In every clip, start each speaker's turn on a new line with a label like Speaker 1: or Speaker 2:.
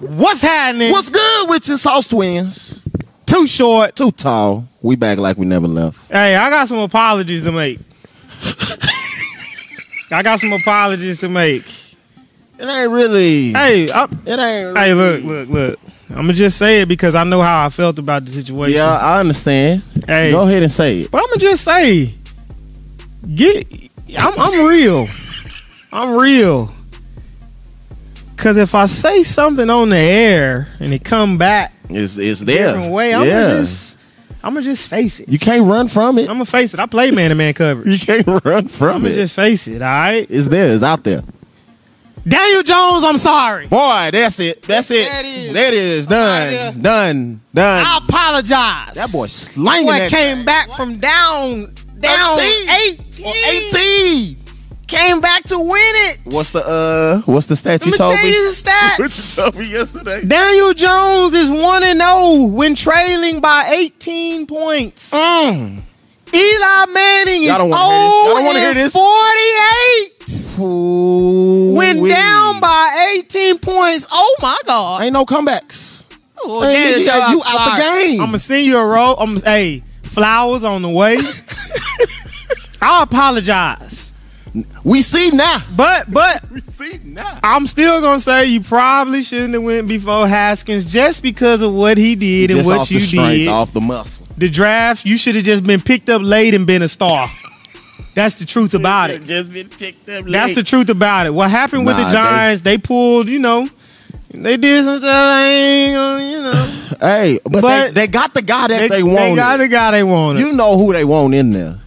Speaker 1: What's happening?
Speaker 2: What's good with you, Sauce Twins?
Speaker 1: Too short.
Speaker 2: Too tall. We back like we never left.
Speaker 1: Hey, I got some apologies to make. I got some apologies to make.
Speaker 2: It ain't really.
Speaker 1: Hey, I,
Speaker 2: It ain't.
Speaker 1: hey,
Speaker 2: really-
Speaker 1: look, look, look. I'm gonna just say it because I know how I felt about the situation.
Speaker 2: Yeah, I understand.
Speaker 1: Hey.
Speaker 2: Go ahead and say it.
Speaker 1: But I'm gonna just say, get. I'm I'm real. I'm real. Cause if I say something on the air and it come back
Speaker 2: It's it's
Speaker 1: a
Speaker 2: there.
Speaker 1: different way, I'm
Speaker 2: yeah.
Speaker 1: gonna just I'm gonna just face it.
Speaker 2: you can't run from it.
Speaker 1: I'm gonna face it. I play man to man coverage.
Speaker 2: You can't run
Speaker 1: I'm
Speaker 2: from
Speaker 1: gonna
Speaker 2: it.
Speaker 1: just face it. All right,
Speaker 2: it's there. It's out there.
Speaker 1: Daniel Jones. I'm sorry.
Speaker 2: Boy, that's it. That's it.
Speaker 1: That is-
Speaker 2: That is
Speaker 1: outta
Speaker 2: done.
Speaker 1: here.
Speaker 2: Done. Done.
Speaker 1: I apologize.
Speaker 2: that boy slanging
Speaker 1: Boy
Speaker 2: that
Speaker 1: came back from down down
Speaker 2: 13.
Speaker 1: 18.
Speaker 2: Or 18.
Speaker 1: Came back to win it.
Speaker 2: What's the uh? What's the stat
Speaker 1: Let
Speaker 2: you
Speaker 1: me
Speaker 2: told
Speaker 1: tell
Speaker 2: me?
Speaker 1: you the stats.
Speaker 2: What you told me yesterday?
Speaker 1: Daniel Jones is 1 and 0 when trailing by 18 points.
Speaker 2: Mm.
Speaker 1: Eli Manning is
Speaker 2: Y'all
Speaker 1: 0
Speaker 2: don't wanna hear this. Y'all don't wanna hear
Speaker 1: and
Speaker 2: this.
Speaker 1: 48 when
Speaker 2: Ooh-wee.
Speaker 1: down by 18 points. Oh my god.
Speaker 2: Ain't no comebacks.
Speaker 1: Oh,
Speaker 2: Hey,
Speaker 1: Daniel
Speaker 2: you-
Speaker 1: Jones,
Speaker 2: you out the
Speaker 1: sorry.
Speaker 2: game.
Speaker 1: I'm gonna send you a roll. I'm hey, flowers on the way. I apologize.
Speaker 2: We see now.
Speaker 1: But but
Speaker 2: We see now.
Speaker 1: I'm still gonna say you probably shouldn't have went before Haskins just because of what he did and
Speaker 2: Just
Speaker 1: what
Speaker 2: off
Speaker 1: you
Speaker 2: the strength,
Speaker 1: did.
Speaker 2: off the muscle.
Speaker 1: the draft, you should have just been picked up late and been a star. That's the truth about it.
Speaker 2: Just been picked up.
Speaker 1: That's the truth about it. What happened with
Speaker 2: Nah,
Speaker 1: the
Speaker 2: they-
Speaker 1: Giants? They, pulled, you know, they did some stuff. I ain't gonna, you know,
Speaker 2: Hey, but, they,
Speaker 1: But-
Speaker 2: they got the guy that they, wanted.
Speaker 1: got the guy they wanted.
Speaker 2: you know who they want in there.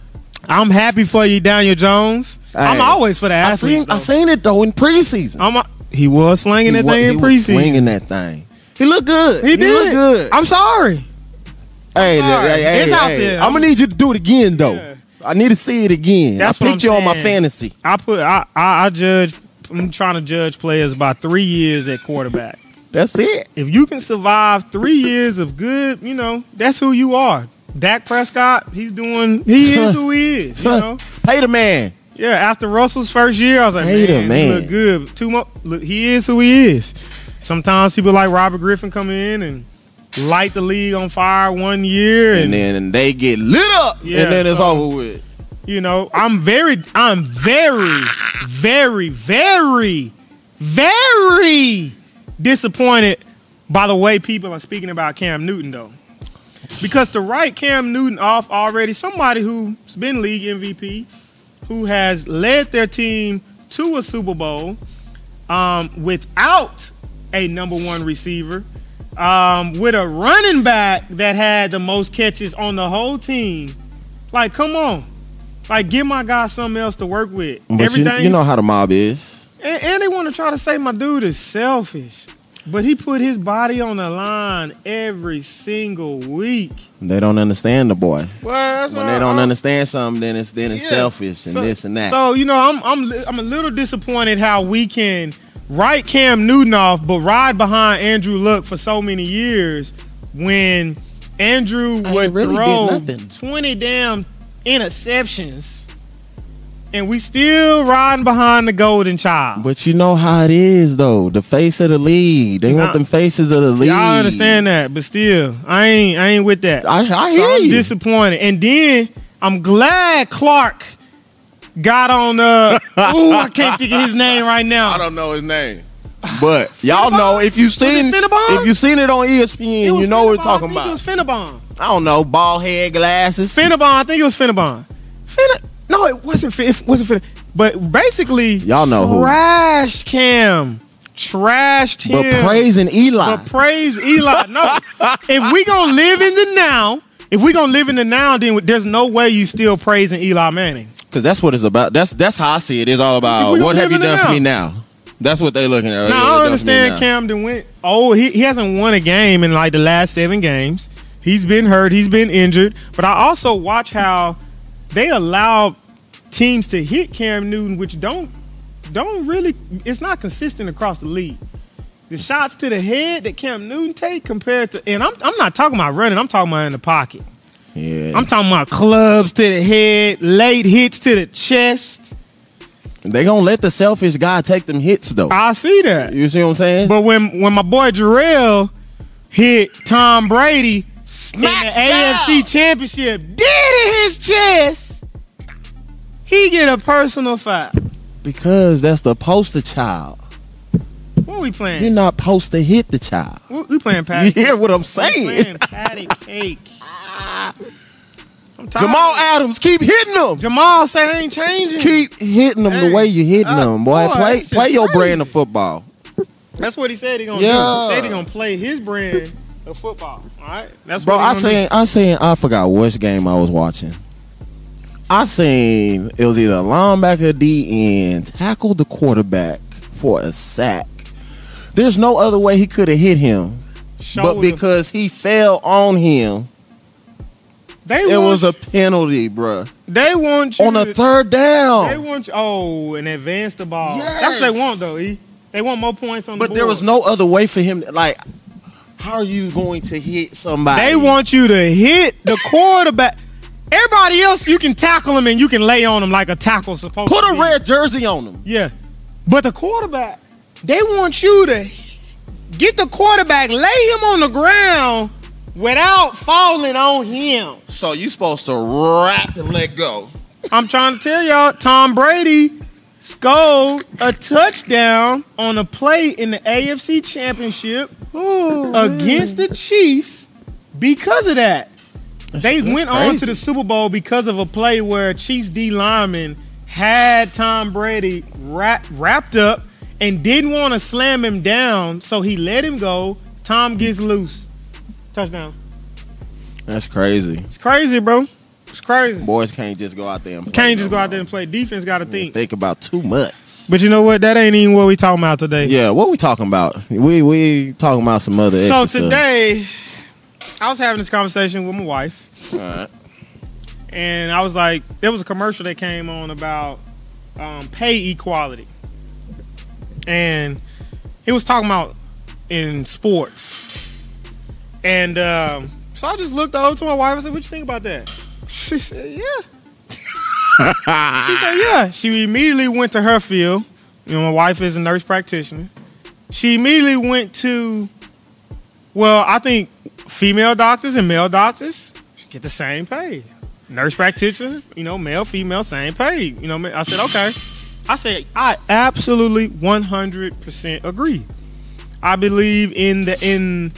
Speaker 1: I'm happy for you, Daniel Jones. I'm
Speaker 2: Hey,
Speaker 1: always for the
Speaker 2: I
Speaker 1: athletes.
Speaker 2: seen, I
Speaker 1: though.
Speaker 2: seen it though in preason.
Speaker 1: I'm a- he was slinging that
Speaker 2: wa-
Speaker 1: thing
Speaker 2: he
Speaker 1: in
Speaker 2: was
Speaker 1: preseason.
Speaker 2: swinging that thing. He looked good.
Speaker 1: He did.
Speaker 2: looked good.
Speaker 1: I'm sorry.
Speaker 2: hey,
Speaker 1: sorry.
Speaker 2: hey, hey,
Speaker 1: It's out
Speaker 2: hey.
Speaker 1: there.
Speaker 2: I'm gonna need you to do it again though.
Speaker 1: Yeah.
Speaker 2: I need to see it again.
Speaker 1: That's
Speaker 2: I
Speaker 1: what
Speaker 2: picked you
Speaker 1: I'm
Speaker 2: on my
Speaker 1: saying.
Speaker 2: fantasy.
Speaker 1: I put I, I I judge. I'm trying to judge players by three years at quarterback.
Speaker 2: That's it.
Speaker 1: if you can survive three years of good, you know, that's who you are. Dak Prescott, he's doing, he is who he is. You know?
Speaker 2: Pay the man.
Speaker 1: Yeah, after Russell's first year, I was like,
Speaker 2: Hey, the
Speaker 1: man,
Speaker 2: man.
Speaker 1: he look good. Too much, look, he is who he is. Sometimes people like Robert Griffin come in and light the league on fire one year, and,
Speaker 2: And then they get lit up.
Speaker 1: Yeah,
Speaker 2: and then it's
Speaker 1: so-
Speaker 2: over with.
Speaker 1: you know, I'm very, I'm very, very, very, very disappointed by the way people are speaking about Cam Newton, though. Because to write Cam Newton off already, somebody who's been league MVP, who has led their team to a Super Bowl um, without a number one receiver, um, with a running back that had the most catches on the whole team. Like, come on. Like, give my guy something else to work with.
Speaker 2: But you,
Speaker 1: Everything
Speaker 2: you know how the mob is.
Speaker 1: and, and they want to try to say my dude is selfish, but he put his body on the line every single week.
Speaker 2: They don't understand the boy.
Speaker 1: Well, that's
Speaker 2: When they don't understand something, then it's then it's
Speaker 1: Uh-huh. Yeah.
Speaker 2: selfish and this and that.
Speaker 1: So you know, I'm I'm li- I'm a little disappointed how we can write Cam Newton off, but ride behind Andrew Luck for so many years when Andrew
Speaker 2: I
Speaker 1: would
Speaker 2: really did
Speaker 1: throw
Speaker 2: nothing.
Speaker 1: twenty damn interceptions, and we still riding behind the golden child.
Speaker 2: But you know how it is though. The face of the league. They want
Speaker 1: Nah.
Speaker 2: them faces of the league.
Speaker 1: Yeah, I understand that, but still, I ain't I ain't with that.
Speaker 2: I, I hear
Speaker 1: so I'm
Speaker 2: you.
Speaker 1: disappointed. And then I'm glad Clark got on uh Ooh, I can't think of his name right now.
Speaker 2: don't know his name. But y'all know if you seen
Speaker 1: Cinnabon?
Speaker 2: if you seen it on E
Speaker 1: It
Speaker 2: ESPN,
Speaker 1: was
Speaker 2: you know what we're
Speaker 1: Cinnabon.
Speaker 2: talking
Speaker 1: I
Speaker 2: about.
Speaker 1: think It was Finnabon.
Speaker 2: I don't know, bald head glasses.
Speaker 1: Finnabon, I think it was Finnabon. Finna No, it wasn't Fin- it wasn't Finna. But basically
Speaker 2: Y'all know who.
Speaker 1: trashed Cam. Trashed him.
Speaker 2: but praising Eli.
Speaker 1: But Uh, praise Eli. No, if we gonna live in the now, if we gonna live in the now, then there's no way you still praising Eli Manning.
Speaker 2: Cause that's what it's about. That's that's how I see it. It's all
Speaker 1: If we
Speaker 2: about
Speaker 1: gonna
Speaker 2: what
Speaker 1: live
Speaker 2: have you
Speaker 1: in the
Speaker 2: done for
Speaker 1: now.
Speaker 2: me now. That's what they looking at.
Speaker 1: now I don't understand Camden went. Oh, he, he hasn't won a game in like the last seven games. He's been hurt. He's been injured. But I also watch how they allow teams to hit Cam Newton, which don't don't really. It's not consistent across the league. The shots to the head that Cam Newton take compared to, and I'm I'm not talking about running. I'm talking about in the pocket.
Speaker 2: Yeah,
Speaker 1: I'm talking about clubs to the head, late hits to the chest.
Speaker 2: They gonna let the selfish guy take them hits though.
Speaker 1: I see that.
Speaker 2: you see what I'm saying?
Speaker 1: But when when my boy Jarrell hit Tom Brady in the AFC Championship, did in his chest, he get a personal foul.
Speaker 2: Because that's the poster child.
Speaker 1: What we playing?
Speaker 2: You're not supposed to hit the child.
Speaker 1: What- we playing
Speaker 2: You
Speaker 1: patty.
Speaker 2: hear what I'm
Speaker 1: We
Speaker 2: saying?
Speaker 1: playing patty cake. I'm tired.
Speaker 2: Jamal Adams, keep hitting them.
Speaker 1: Jamal say I ain't changing.
Speaker 2: Keep hitting them
Speaker 1: Hey,
Speaker 2: the way you hitting
Speaker 1: uh,
Speaker 2: them, boy.
Speaker 1: boy,
Speaker 2: play
Speaker 1: that's
Speaker 2: play
Speaker 1: just
Speaker 2: your
Speaker 1: crazy.
Speaker 2: brand of football.
Speaker 1: That's what he said he gonna
Speaker 2: Yeah.
Speaker 1: do. He said he gonna play his brand of football. All right, that's
Speaker 2: Bro,
Speaker 1: What he
Speaker 2: I
Speaker 1: gonna
Speaker 2: seen I seen I forgot which game I was watching. I seen it was either a linebacker or D end tackled the quarterback for a sack. There's no other way he could have hit him,
Speaker 1: do.
Speaker 2: but
Speaker 1: Shoulder-
Speaker 2: because he fell on him,
Speaker 1: they
Speaker 2: it
Speaker 1: want
Speaker 2: was
Speaker 1: you-
Speaker 2: a penalty, bruh.
Speaker 1: they want you
Speaker 2: On a
Speaker 1: to-
Speaker 2: third
Speaker 1: They
Speaker 2: down,
Speaker 1: want you, oh, and advance the ball. That's what they
Speaker 2: Yes.
Speaker 1: want though. E. They want more points on the
Speaker 2: but
Speaker 1: board.
Speaker 2: there was no other way for him. Like, how are you going to hit somebody?
Speaker 1: They want you to hit the quarterback. Everybody else, you can tackle them and you can lay on them like a tackle's supposed
Speaker 2: put
Speaker 1: to.
Speaker 2: a
Speaker 1: be.
Speaker 2: red jersey on him.
Speaker 1: Yeah, but the quarterback, they want you to get the quarterback, lay him on the ground without falling on him.
Speaker 2: So you supposed to wrap and let go.
Speaker 1: I'm trying to tell y'all, Tom Brady scored a touchdown on a play in the AFC Championship against the Chiefs because of that. they
Speaker 2: that's
Speaker 1: went on to the Super Bowl because of a play where Chiefs D lineman had Tom Brady wrap, wrapped up and didn't want to slam him down, so he let him go. Tom gets loose. Touchdown.
Speaker 2: That's crazy.
Speaker 1: It's crazy, bro. It's crazy.
Speaker 2: Boys can't just go out there and play
Speaker 1: Can't just
Speaker 2: no
Speaker 1: go out
Speaker 2: more.
Speaker 1: there and play. Defense got to think.
Speaker 2: think about too much.
Speaker 1: But you know what? That ain't even what we talking about today.
Speaker 2: Yeah, what we talking about? We we talking about some other.
Speaker 1: So
Speaker 2: extra
Speaker 1: today, I was having this conversation with my wife,
Speaker 2: stuff. Alright.
Speaker 1: and I was like, there was a commercial that came on about um, pay equality, and it was talking about in sports, and um, so I just looked over to my wife. I said, "What you think about that?" She said, "Yeah." She said, yeah. She immediately went to her field. You know, my wife is a nurse practitioner. She immediately went to, well, I think female doctors and male doctors get the same pay. Nurse practitioners, you know, male, female, same pay. You know, I said, okay. I said, I absolutely 100% agree. I believe in the, in,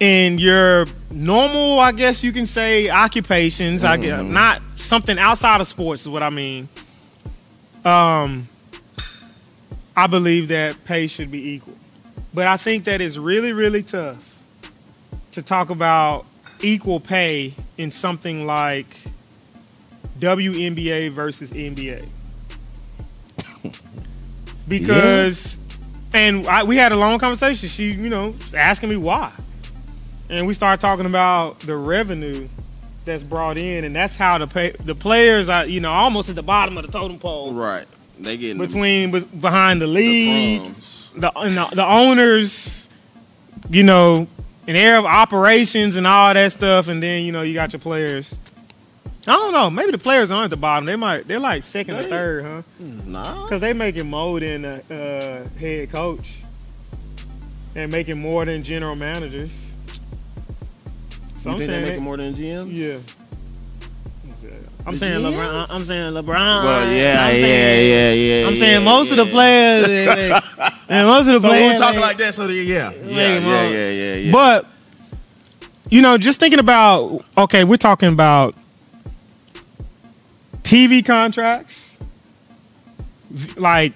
Speaker 1: in your normal, I guess you can say, occupations. I guess not something outside of sports is what I mean. Um, I believe that pay should be equal, but I think that it's really, really tough to talk about equal pay in something like WNBA versus NBA because. And I, we had a long conversation. She, you know, asking me why and we start talking about the revenue that's brought in, and that's how the pay, the players are, you know, almost at the bottom of the totem pole
Speaker 2: right, they getting the-
Speaker 1: between with, behind the
Speaker 2: the
Speaker 1: league,
Speaker 2: crumbs.
Speaker 1: the, and the the owners, you know, and air of operations and all that stuff, and then you know you got your players. I don't know. Maybe the players aren't at the bottom. They might. They're like second or
Speaker 2: They-
Speaker 1: third, huh?
Speaker 2: Nah,
Speaker 1: Because they making more than a uh, head coach, and making more than general managers. So
Speaker 2: you
Speaker 1: I'm
Speaker 2: think they
Speaker 1: saying,
Speaker 2: making more than GM?
Speaker 1: yeah. I'm
Speaker 2: The
Speaker 1: saying LeBron.
Speaker 2: GMs?
Speaker 1: I'm saying LeBron.
Speaker 2: Well, yeah,
Speaker 1: I'm
Speaker 2: yeah,
Speaker 1: saying,
Speaker 2: yeah, yeah.
Speaker 1: I'm
Speaker 2: yeah,
Speaker 1: saying most of the
Speaker 2: yeah.
Speaker 1: players, they- they- and most of the
Speaker 2: So
Speaker 1: players.
Speaker 2: we talking
Speaker 1: they-
Speaker 2: like that, so the, yeah, yeah,
Speaker 1: making
Speaker 2: yeah,
Speaker 1: more.
Speaker 2: yeah, yeah, yeah.
Speaker 1: But you know, just thinking about okay, we're talking about TV contracts, v- like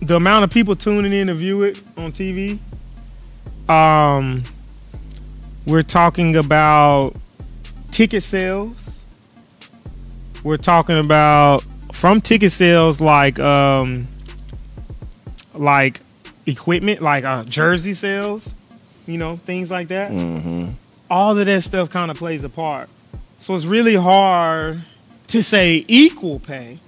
Speaker 1: the amount of people tuning in to view it on TV. Um, we're talking about ticket sales. We're talking about from ticket sales like um like equipment like uh jersey sales, you know, things like that.
Speaker 2: Mhm.
Speaker 1: All of that stuff kind of plays a part. So it's really hard to say equal pay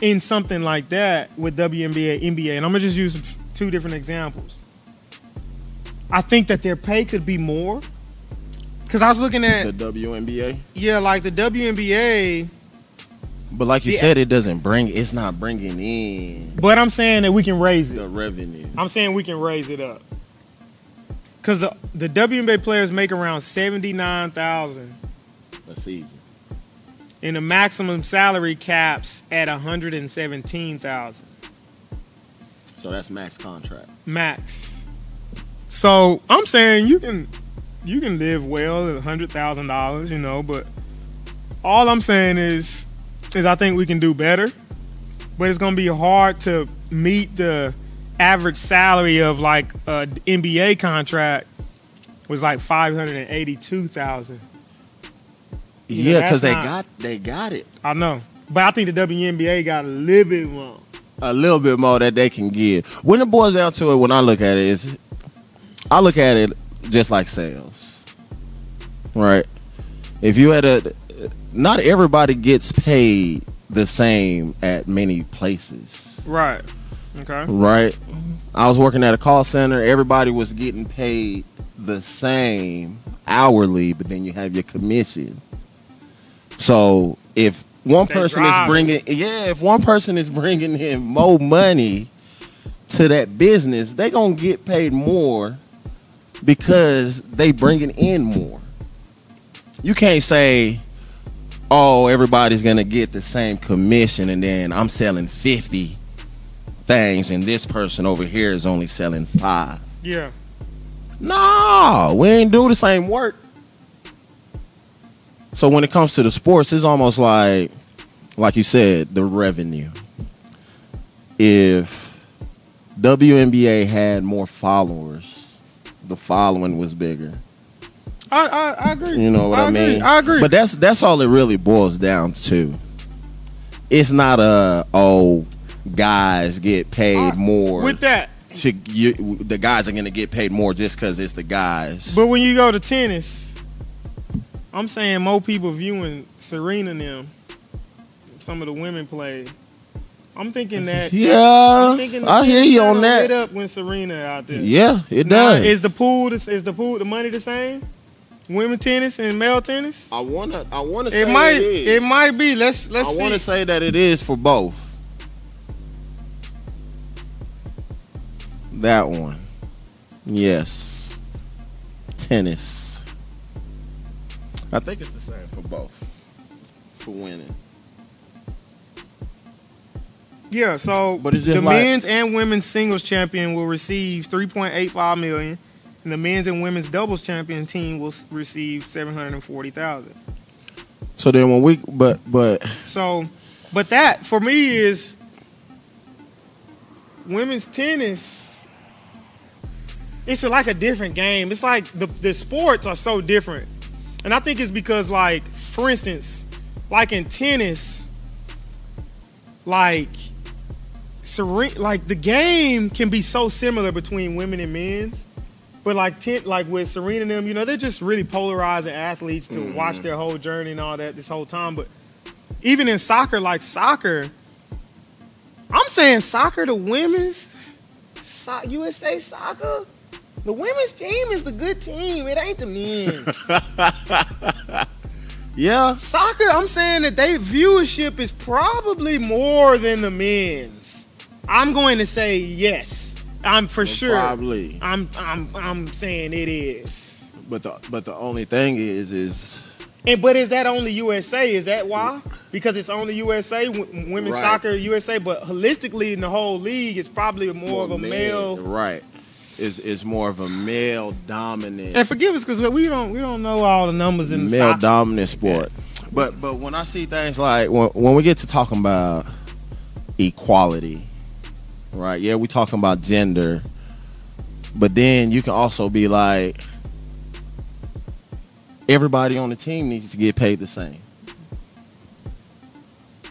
Speaker 1: in something like that with WNBA, NBA. And I'm going to just use two different examples. I think that their pay could be more. Because I was looking at
Speaker 2: the WNBA.
Speaker 1: yeah, like the WNBA,
Speaker 2: But like you
Speaker 1: Yeah.
Speaker 2: said, it doesn't bring. It's not bringing in
Speaker 1: But I'm saying that we can raise it.
Speaker 2: the revenue.
Speaker 1: I'm saying we can raise it up. Cause the the WNBA players make around seventy nine thousand,
Speaker 2: A season.
Speaker 1: and the maximum salary caps at one hundred and seventeen thousand
Speaker 2: So that's max contract.
Speaker 1: max. So I'm saying you can you can live well at hundred thousand dollars, you know. But all I'm saying is is I think we can do better, but it's gonna be hard to meet the average salary of like a NBA contract was like five hundred and eighty two thousand. You know,
Speaker 2: Yeah,
Speaker 1: that's
Speaker 2: because they
Speaker 1: not-
Speaker 2: got they got it
Speaker 1: I know, but I think the WNBA got a little bit more.
Speaker 2: a little bit more that they can give. When it boils down to it, when I look at it, is I look at it just like sales, right? If you had a, not everybody gets paid the same at many places,
Speaker 1: Right. Okay.
Speaker 2: right? I was working at a call center. Everybody was getting paid the same hourly, but then you have your commission. So if one
Speaker 1: They
Speaker 2: person
Speaker 1: drive.
Speaker 2: is bringing, yeah, if one person is bringing in more money to that business, they gonna get paid more because they bringing in more. You can't say, oh, everybody's gonna get the same commission, and then I'm selling fifty things, and this person over here is only selling five.
Speaker 1: Yeah.
Speaker 2: No, we ain't do the same work. So when it comes to the sports, it's almost like, like you said, the revenue. If WNBA had more followers, the following was bigger.
Speaker 1: I I, I agree.
Speaker 2: You know what I,
Speaker 1: agree.
Speaker 2: mean?
Speaker 1: I agree.
Speaker 2: But that's that's all it really boils down to. It's not a oh guys get paid
Speaker 1: I-
Speaker 2: more
Speaker 1: Uh, with that.
Speaker 2: to you, the guys are gonna get paid more just because it's the guys.
Speaker 1: But when you go to tennis, I'm saying more people viewing Serena and them. Some of the women play. I'm thinking that.
Speaker 2: yeah,
Speaker 1: I'm thinking the
Speaker 2: I hear
Speaker 1: tennis
Speaker 2: you on
Speaker 1: kinda Lit
Speaker 2: that.
Speaker 1: up when Serena out there.
Speaker 2: Yeah, it
Speaker 1: Now,
Speaker 2: does.
Speaker 1: Is the pool the, is the pool the money the same? Women tennis and male tennis.
Speaker 2: I wanna, I wanna
Speaker 1: It might it, might be. Let's let's
Speaker 2: I
Speaker 1: see.
Speaker 2: want to say that it is for both. That one. Yes. Tennis. I think it's the same for both. For winning.
Speaker 1: Yeah, so
Speaker 2: But it's just
Speaker 1: the
Speaker 2: like-
Speaker 1: men's and women's singles champion will receive 3.85 million, and the men's and women's doubles champion team will s- receive 740,000.
Speaker 2: So then when we but but
Speaker 1: So, but that for me is women's tennis. It's like a different game. It's like the, the sports are so different. And I think it's because, like, for instance, like in tennis, like, seren- like the game can be so similar between women and men's. But like ten, like with Serena and them, you know, they're just really polarizing athletes to watch their whole journey and all that this whole time. But even in soccer, like soccer, I'm saying soccer, the women's so- USA soccer, the women's team is the good team. It ain't the men's.
Speaker 2: yeah.
Speaker 1: soccer, I'm saying that they viewership is probably more than the men's. I'm going to say yes. I'm for sure.
Speaker 2: Probably.
Speaker 1: I'm I'm I'm saying it is.
Speaker 2: But the but the only thing is is
Speaker 1: And but is that only USA? Is that why? Because it's only USA, w- women's
Speaker 2: Right.
Speaker 1: soccer USA. But holistically, in the whole league, it's probably more of a
Speaker 2: men-
Speaker 1: male.
Speaker 2: Right. Is is more of a male dominant
Speaker 1: And forgive us because we don't we don't know all the numbers in the
Speaker 2: male
Speaker 1: soccer.
Speaker 2: dominant sport. But but when I see things like when, when we get to talking about equality, right? Yeah, we talking about gender, but then you can also be like, everybody on the team needs to get paid the same.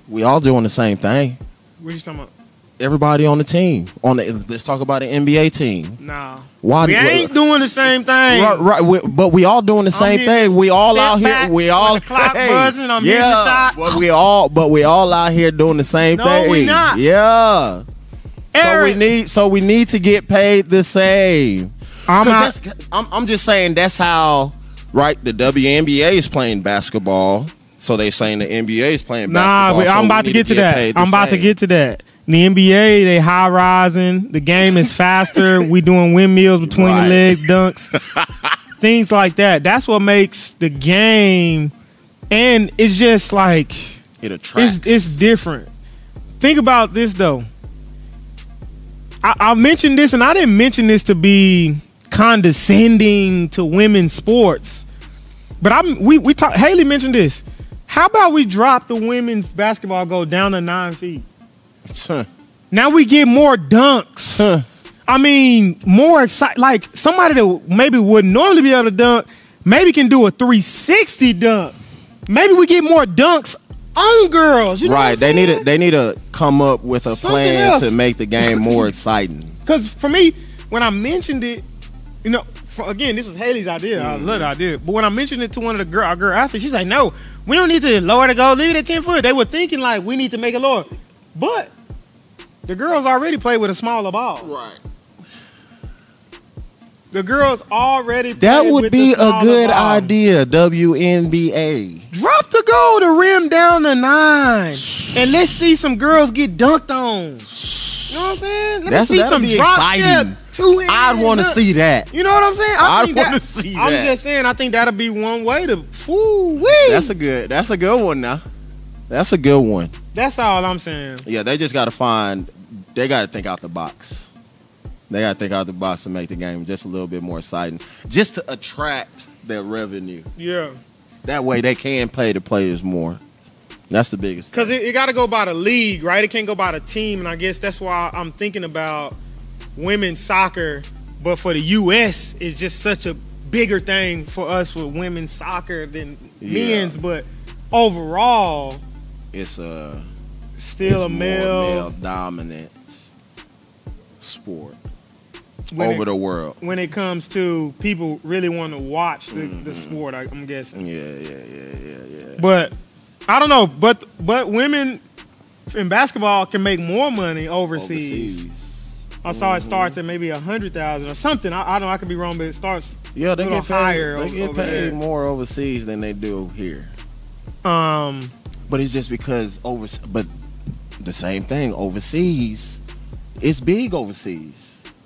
Speaker 2: We all doing the same thing.
Speaker 1: what you talking about?
Speaker 2: Everybody on the team. On the let's talk about an NBA team.
Speaker 1: Nah,
Speaker 2: Why
Speaker 1: we
Speaker 2: do-
Speaker 1: ain't doing the same thing.
Speaker 2: Right, right. We, but we all doing the same
Speaker 1: hitting
Speaker 2: thing.
Speaker 1: this
Speaker 2: We all
Speaker 1: step
Speaker 2: out here.
Speaker 1: back
Speaker 2: We
Speaker 1: when
Speaker 2: all
Speaker 1: the clock buzzing, I'm hitting the
Speaker 2: yeah.
Speaker 1: shot.
Speaker 2: But we all, but we all out here doing the same
Speaker 1: No,
Speaker 2: thing.
Speaker 1: we not.
Speaker 2: Yeah.
Speaker 1: Eric,
Speaker 2: So we need. So we need to get paid the same.
Speaker 1: I'm
Speaker 2: 'Cause
Speaker 1: not.
Speaker 2: that's- I'm, I'm just saying that's how. Right. The WNBA is playing basketball. So they saying the NBA is playing
Speaker 1: Nah,
Speaker 2: basketball.
Speaker 1: but
Speaker 2: so
Speaker 1: I'm
Speaker 2: we
Speaker 1: about to
Speaker 2: need
Speaker 1: get to that.
Speaker 2: paid the
Speaker 1: I'm about to
Speaker 2: same.
Speaker 1: get to that. In the NBA, they high rising. The game is faster. we doing windmills between
Speaker 2: Right.
Speaker 1: the legs, dunks, things like that. That's what makes the game, and it's just like
Speaker 2: It attracts.
Speaker 1: it's it's different. Think about this though. I, I mentioned this, and I didn't mention this to be condescending to women's sports, but I'm we we talk, Haley mentioned this. How about we drop the women's basketball goal down to nine feet?
Speaker 2: Huh.
Speaker 1: Now we get more dunks.
Speaker 2: Huh.
Speaker 1: I mean, more excited. Like somebody that maybe would normally be able to dunk, maybe can do a 360 dunk. Maybe we get more dunks on girls. You know
Speaker 2: right. They need to they need to come up with a
Speaker 1: Something
Speaker 2: plan
Speaker 1: else.
Speaker 2: to make the game more exciting.
Speaker 1: Because for me, when I mentioned it, you know, for, again, this was Haley's idea. I love the idea. But when I mentioned it to one of the girl, our girl athletes, she's like, no, we don't need to lower the goal. Leave it at 10 foot. They were thinking like we need to make it lower. But the girls already play with a smaller ball.
Speaker 2: Right.
Speaker 1: The girls already.
Speaker 2: That
Speaker 1: play
Speaker 2: would
Speaker 1: with the
Speaker 2: be a
Speaker 1: smaller
Speaker 2: good
Speaker 1: ball.
Speaker 2: idea. WNBA.
Speaker 1: Drop the goal, the rim down to nine, and let's see some girls get dunked on. You know what I'm saying? Let
Speaker 2: That's-
Speaker 1: me see
Speaker 2: that'd
Speaker 1: some
Speaker 2: be
Speaker 1: drop
Speaker 2: exciting.
Speaker 1: step, two
Speaker 2: I'd
Speaker 1: hand
Speaker 2: want to
Speaker 1: dunk.
Speaker 2: see that.
Speaker 1: You know what I'm saying? I
Speaker 2: I'd
Speaker 1: think
Speaker 2: wanna
Speaker 1: that-
Speaker 2: see
Speaker 1: I'm
Speaker 2: that.
Speaker 1: just saying. I think that'll be one way to. Woo wee.
Speaker 2: That's
Speaker 1: That's,
Speaker 2: a good. That's a good one now. That's a good one.
Speaker 1: all I'm saying.
Speaker 2: Yeah, they just got to find. They got to think out the box. They got to think out the box to make the game just a little bit more exciting, just to attract their revenue.
Speaker 1: Yeah,
Speaker 2: That way, they can pay the players more. That's the biggest.
Speaker 1: because
Speaker 2: thing.
Speaker 1: it, it got to go by the league, right? It can't go by the team, and I guess that's why I'm thinking about women's soccer. But for the U.S., it's just such a bigger thing for us with women's soccer than
Speaker 2: Yeah.
Speaker 1: men's. But overall,
Speaker 2: it's uh,
Speaker 1: still a
Speaker 2: it's more
Speaker 1: male,
Speaker 2: dominant sport
Speaker 1: when,
Speaker 2: over
Speaker 1: it,
Speaker 2: the world.
Speaker 1: when it comes to people really want to watch the, the sport. I, I'm guessing.
Speaker 2: Yeah, yeah, yeah, yeah, Mm-hmm. yeah.
Speaker 1: But I don't know. But but women in basketball can make more money overseas.
Speaker 2: Overseas.
Speaker 1: I saw it starts at maybe a hundred thousand or something. I, I don't. know. I could be wrong, but it starts.
Speaker 2: Yeah, they
Speaker 1: Little
Speaker 2: get paid,
Speaker 1: higher
Speaker 2: they
Speaker 1: o-
Speaker 2: get
Speaker 1: over
Speaker 2: paid
Speaker 1: there.
Speaker 2: more overseas than they do here.
Speaker 1: Um,
Speaker 2: But it's just because over. But the same thing overseas. It's big overseas.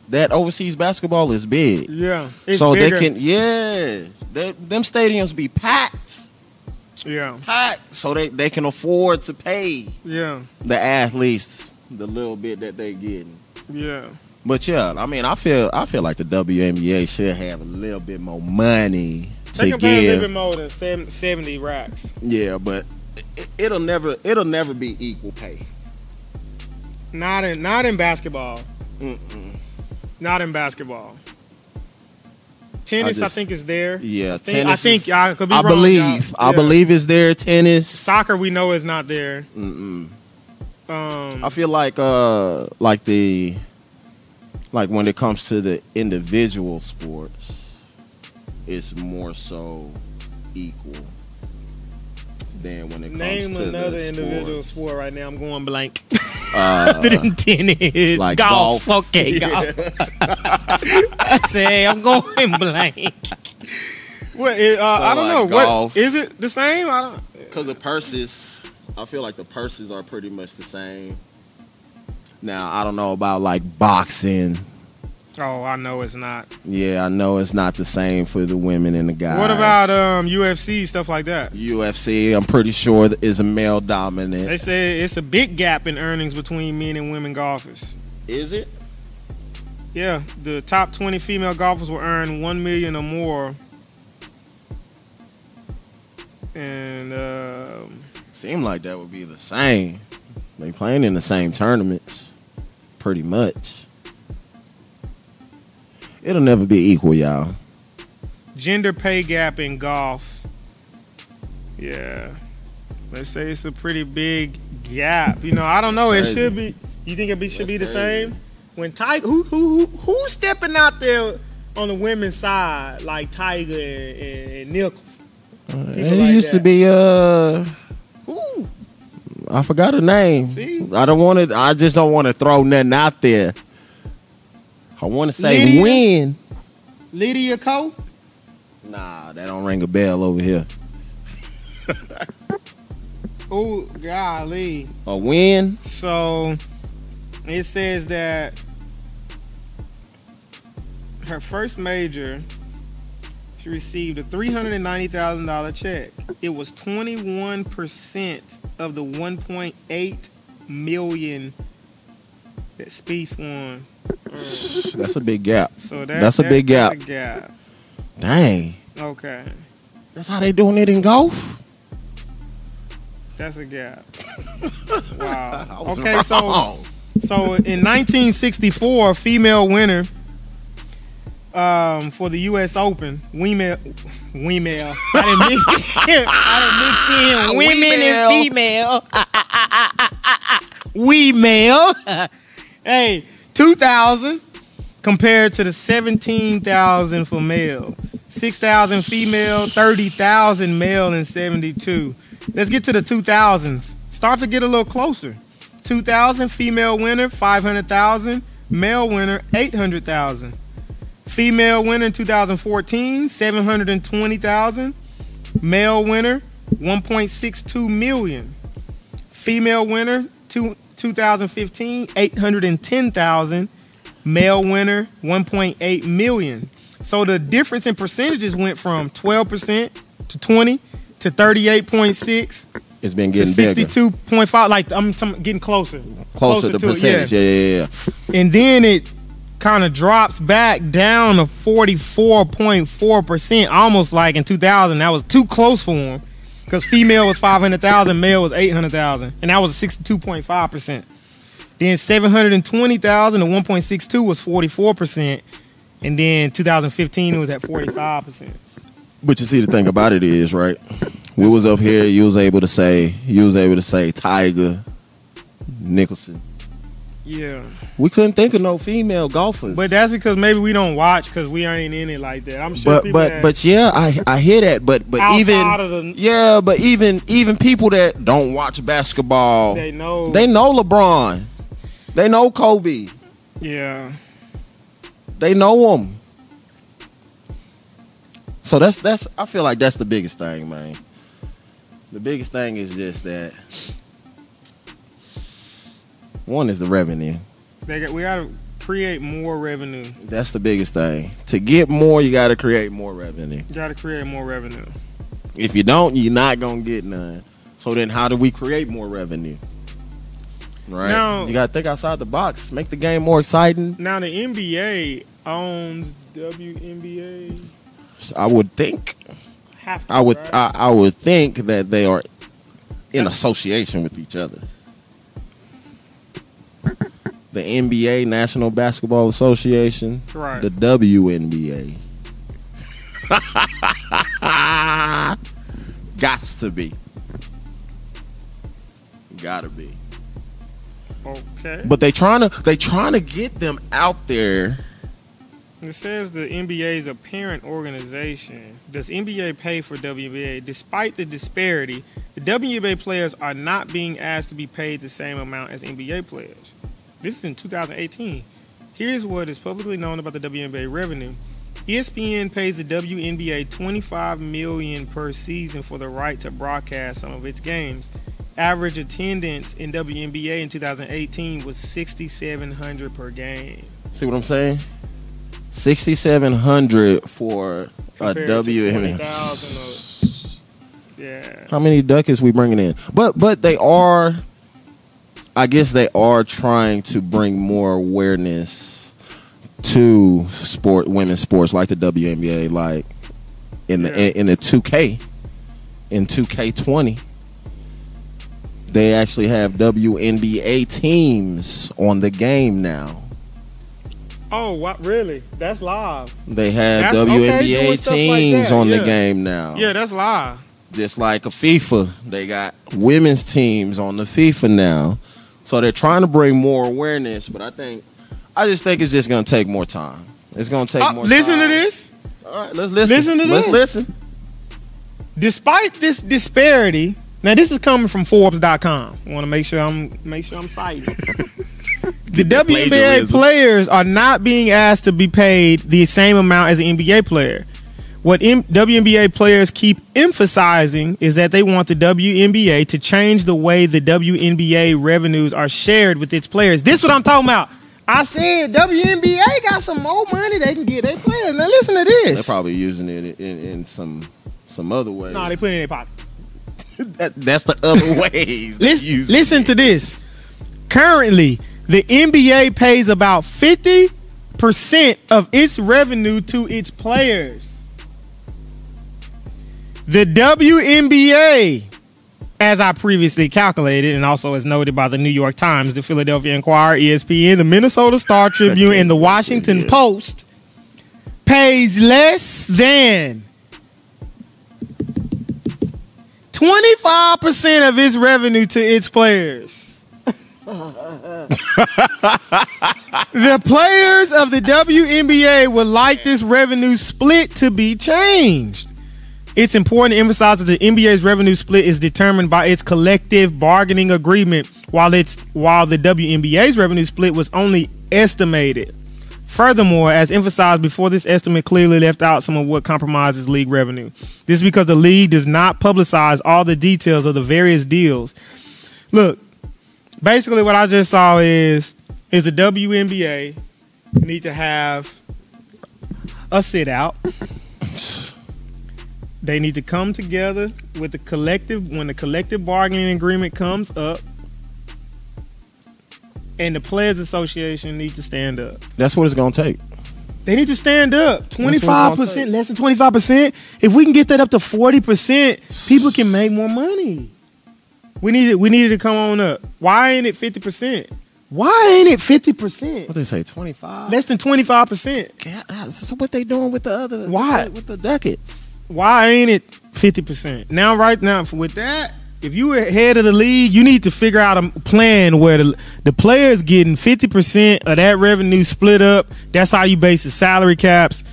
Speaker 2: That overseas basketball is big.
Speaker 1: yeah. It's
Speaker 2: so
Speaker 1: bigger.
Speaker 2: they can yeah. They, them stadiums be packed,
Speaker 1: Yeah,
Speaker 2: packed. So they they can afford to pay
Speaker 1: yeah,
Speaker 2: the athletes the little bit that they getting.
Speaker 1: yeah.
Speaker 2: But yeah, I mean, I feel I feel like the WNBA should have a little bit more money
Speaker 1: They
Speaker 2: to
Speaker 1: can pay a little
Speaker 2: give.
Speaker 1: bit more than seven- seventy racks.
Speaker 2: Yeah, but it, it'll never it'll never be equal pay.
Speaker 1: Not in not in basketball.
Speaker 2: Mm-mm.
Speaker 1: Not in basketball. Tennis, I,
Speaker 2: just-
Speaker 1: think, is there.
Speaker 2: Yeah,
Speaker 1: I think, I
Speaker 2: tennis
Speaker 1: think
Speaker 2: is-
Speaker 1: I could be
Speaker 2: I
Speaker 1: wrong. y'all.
Speaker 2: believe I
Speaker 1: Yeah.
Speaker 2: believe it's there. Tennis.
Speaker 1: soccer. We know is not there.
Speaker 2: Mm-mm.
Speaker 1: Um,
Speaker 2: I feel like uh like the like when it comes to the individual sports, it's more so equal than when it comes
Speaker 1: Name
Speaker 2: to
Speaker 1: another
Speaker 2: the
Speaker 1: individual
Speaker 2: sports.
Speaker 1: sport right now. I'm going blank.
Speaker 2: Uh,
Speaker 1: Other than tennis,
Speaker 2: like
Speaker 1: golf.
Speaker 2: golf.
Speaker 1: Okay, golf. I say I'm going blank. What? It, uh, I don't
Speaker 2: like
Speaker 1: know. What
Speaker 2: golf.
Speaker 1: is it? The same? I don't.
Speaker 2: Because the purses, I feel like the purses are pretty much the same. Now I don't know about like boxing.
Speaker 1: Oh, I know it's not.
Speaker 2: Yeah, I know it's not the same for the women and the guys.
Speaker 1: What about um, UFC stuff like that?
Speaker 2: UFC? I'm pretty sure that is a male dominant.
Speaker 1: They say it's a big gap in earnings between men and women golfers.
Speaker 2: is it?
Speaker 1: Yeah, the top 20 female golfers will earn 1 million or more. And um,
Speaker 2: Seem like that would be the same. They playing in the same tournaments, pretty much. It'll never be equal, y'all.
Speaker 1: gender pay gap in golf. Yeah. Let's say it's a pretty big gap. You know, I don't know. It
Speaker 2: Crazy.
Speaker 1: should be. You think it be, should
Speaker 2: That's
Speaker 1: be the
Speaker 2: crazy.
Speaker 1: same? When Tiger, who who who who's stepping out there on the women's side like Tiger and, and, and Nichols?
Speaker 2: It
Speaker 1: like
Speaker 2: used to
Speaker 1: that.
Speaker 2: be uh I forgot her name.
Speaker 1: See?
Speaker 2: I don't want to I just don't want to throw nothing out there. I want to say
Speaker 1: Lydia?
Speaker 2: when.
Speaker 1: Lydia Ko.
Speaker 2: Nah, that don't ring a bell over here.
Speaker 1: Oh, golly.
Speaker 2: A win.
Speaker 1: So it says that her first major, she received a $390,000 check. It was 21% of the 1.8 million that Spieth won. Uh,
Speaker 2: That's a big gap.
Speaker 1: So that,
Speaker 2: That's a
Speaker 1: that-
Speaker 2: big
Speaker 1: that's a gap.
Speaker 2: Dang.
Speaker 1: Okay.
Speaker 2: That's how they doing it in golf.
Speaker 1: That's a gap. wow.
Speaker 2: was
Speaker 1: Okay, so
Speaker 2: wrong.
Speaker 1: so in 1964, a female winner um, for the U.S. Open, female, female. I didn't mix, I didn't mix in women
Speaker 2: Female.
Speaker 1: and female. we male. hey, 2,000 compared to the 17,000 for male. 6,000 female, 30,000 male, and 72. Let's get to the 2000s. Start to get a little closer. 2,000 female winner, 500,000. Male winner, 800,000. Female winner in 2014, 720,000. Male winner, 1.62 million. Female winner, two, 2015, 810,000. Male winner, 1.8 million. So the difference in percentages went from 12% to 20 to 38.6
Speaker 2: It's been
Speaker 1: to
Speaker 2: getting bigger.
Speaker 1: 62.5. Like I'm t- getting closer.
Speaker 2: Closer, to
Speaker 1: it, yeah
Speaker 2: percentage. Yeah, yeah, yeah.
Speaker 1: and then it kind of drops back down to 44.4%, almost like in 2000. That was too close for him because female was 500,000, male was 800,000, and that was a 62.5%. Then 720,000 to 1.62 was 44%, and then 2015 it was at 45%.
Speaker 2: But you see, the thing about it is, right? We was up here. You was able to say. You was able to say Tiger, Nicholson.
Speaker 1: Yeah.
Speaker 2: We couldn't think of no female golfers.
Speaker 1: But that's because maybe we don't watch because we ain't in it like that. I'm sure
Speaker 2: but
Speaker 1: people
Speaker 2: but
Speaker 1: that
Speaker 2: but yeah, I I hear that. But but
Speaker 1: outside
Speaker 2: even
Speaker 1: of the,
Speaker 2: yeah, but even even people that don't watch basketball,
Speaker 1: they
Speaker 2: they,
Speaker 1: know.
Speaker 2: know LeBron, they know Kobe,
Speaker 1: yeah.
Speaker 2: they know him. So that's that's I feel like that's the biggest thing, man. The biggest thing is just that one is the revenue.
Speaker 1: They got, we gotta create more revenue.
Speaker 2: That's the biggest thing. To get more, you got to create more revenue.
Speaker 1: Gotta create more revenue.
Speaker 2: If you don't, you're not gonna get none. So then, how do we create more revenue? Right?
Speaker 1: Now-
Speaker 2: you gotta think outside the box. Make the game more exciting.
Speaker 1: Now the NBA owns WNBA.
Speaker 2: I would think.
Speaker 1: Have to,
Speaker 2: I would.
Speaker 1: right?
Speaker 2: I, I would think that they are in association with each other. The NBA, National Basketball Association,
Speaker 1: Right.
Speaker 2: the WNBA. Gots to be. Gotta be.
Speaker 1: okay.
Speaker 2: But they trying to they trying to get them out there.
Speaker 1: It says the NBA is a parent organization. Does NBA pay for WNBA? Despite the disparity, the WNBA players are not being asked to be paid the same amount as NBA players. This is in 2018. Here's what is publicly known about the WNBA revenue. E ESPN pays the WNBA 25 million per season for the right to broadcast some of its games. Average attendance in WNBA in 2018 was 6700 per game.
Speaker 2: See what I'm saying? Sixty seven hundred for a
Speaker 1: Compared to
Speaker 2: WNBA.
Speaker 1: 20,000 Yeah.
Speaker 2: How many ducats we bringing in? But but they are. I guess they are trying to bring more awareness to sport women's sports like the WNBA, like in the
Speaker 1: Yeah.
Speaker 2: in the two K, in two K twenty. They actually have WNBA teams on the game now.
Speaker 1: Oh, what? Really? That's live.
Speaker 2: They have
Speaker 1: That's okay,
Speaker 2: WNBA
Speaker 1: doing stuff like
Speaker 2: teams
Speaker 1: that,
Speaker 2: on the
Speaker 1: yeah.
Speaker 2: game now.
Speaker 1: Yeah, that's live.
Speaker 2: just like a FIFA, they got women's teams on the FIFA now. So they're trying to bring more awareness, but I think I just think it's just gonna take more time. It's gonna take
Speaker 1: Uh,
Speaker 2: more
Speaker 1: listen
Speaker 2: time.
Speaker 1: to this.
Speaker 2: All right, let's listen.
Speaker 1: Listen to
Speaker 2: let's
Speaker 1: this.
Speaker 2: listen.
Speaker 1: Despite this disparity, now this is coming from Forbes.com. I want to make sure I'm make sure I'm citing. the
Speaker 2: that
Speaker 1: WNBA
Speaker 2: plagiarism.
Speaker 1: players are not being asked to be paid the same amount as an NBA player. What M- WNBA players keep emphasizing is that they want the WNBA to change the way the WNBA revenues are shared with its players. This is what I'm talking about. I said WNBA got some more money they can get their players. Now listen to
Speaker 2: They're
Speaker 1: this.
Speaker 2: probably using it in, in some some other way.
Speaker 1: No, they put it in their pocket.
Speaker 2: That- that's the other ways. they
Speaker 1: Listen,
Speaker 2: use
Speaker 1: listen to this. Currently, the NBA pays about 50% of its revenue to its players. The WNBA, as I previously calculated and also as noted by the New York Times, the Philadelphia Inquirer, E ESPN, the Minnesota Star Tribune, and the Washington
Speaker 2: Yeah.
Speaker 1: Post, pays less than 25% of its revenue to its players. the players of the WNBA would like this revenue split to be changed. It's important to emphasize that the NBA's revenue split is determined by its collective bargaining agreement, while it's while the WNBA's revenue split was only estimated. Furthermore, as emphasized before, this estimate clearly left out some of what compromises league revenue. This is because the league does not publicize all the details of the various deals. Look, basically what I just saw is is the WNBA need to have a sit out. They need to come together with the collective when the collective bargaining agreement comes up. And the players association need to stand up.
Speaker 2: That's what it's gonna take.
Speaker 1: They need to stand up.
Speaker 2: what
Speaker 1: Twenty
Speaker 2: it's gonna
Speaker 1: five
Speaker 2: take.
Speaker 1: percent, less than twenty five percent. If we can get that up to forty percent, people can make more money. We need it. We need it to come on up. Why ain't it fifty percent? Why ain't it fifty percent?
Speaker 2: What they say, twenty five.
Speaker 1: Less than twenty five percent.
Speaker 2: So what they doing with the other?
Speaker 1: Why?
Speaker 2: With the ducats?
Speaker 1: Why ain't it fifty percent? Now, right now, with that, if you were head of the league, you need to figure out a plan where the the players getting fifty percent of that revenue split up. That's how you base the salary caps.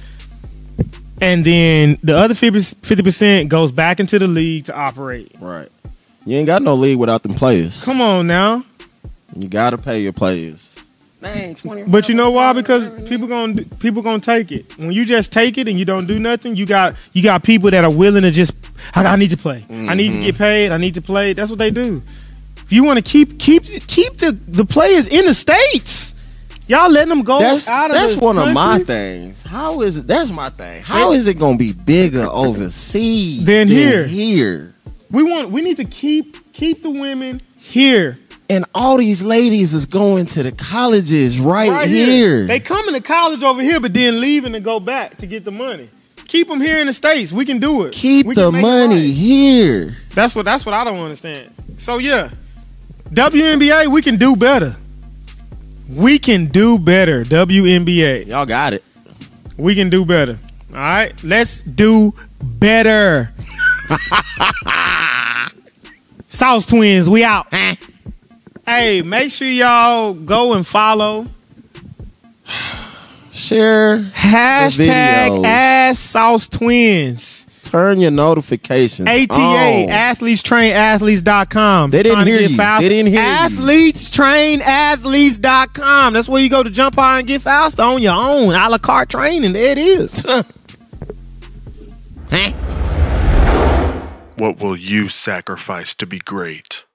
Speaker 1: And then the other 50 percent goes back into the league to operate.
Speaker 2: Right. You ain't got no league without them players.
Speaker 1: Come on now,
Speaker 2: You gotta pay your players. Dang, twenty.
Speaker 1: but you know why? Because people gonna people gonna take it. When you just take it and you don't do nothing, you got you got people that are willing to just I, I need to play. I need to get
Speaker 2: Mm-hmm.
Speaker 1: paid. I need to play. That's what they do. If you want to keep keep keep the the players in the states, y'all letting them go.
Speaker 2: That's
Speaker 1: out of
Speaker 2: that's
Speaker 1: this
Speaker 2: one of my
Speaker 1: country?
Speaker 2: things. How is it? That's my thing. How is it gonna be bigger overseas
Speaker 1: Than here.
Speaker 2: Here
Speaker 1: We want we need to keep keep the women here.
Speaker 2: and all these ladies is going to the colleges right,
Speaker 1: right
Speaker 2: here.
Speaker 1: They coming to college over here, but then leaving to go back to get the money. Keep them here in the states. We can do it.
Speaker 2: Keep
Speaker 1: We can
Speaker 2: the
Speaker 1: make it
Speaker 2: money
Speaker 1: right.
Speaker 2: here.
Speaker 1: That's what that's what I don't understand. So yeah, WNBA, we can do better. We can do better. WNBA,
Speaker 2: Y'all got it.
Speaker 1: we can do better. All right, let's do better. Sauce Twins, we out. hey, make sure y'all go and follow
Speaker 2: Share.
Speaker 1: hashtag
Speaker 2: videos.
Speaker 1: Ass Sauce Twins.
Speaker 2: Turn your notifications.
Speaker 1: ATA,
Speaker 2: on.
Speaker 1: athletes train athletes.com.
Speaker 2: Oh. They didn't
Speaker 1: Trying to
Speaker 2: hear
Speaker 1: get
Speaker 2: you.
Speaker 1: faster.
Speaker 2: They didn't hear you.
Speaker 1: athletes train athletes.com. That's where you go to jump on and get faster on your own. A la carte training. There it is.
Speaker 3: What will you sacrifice to be great?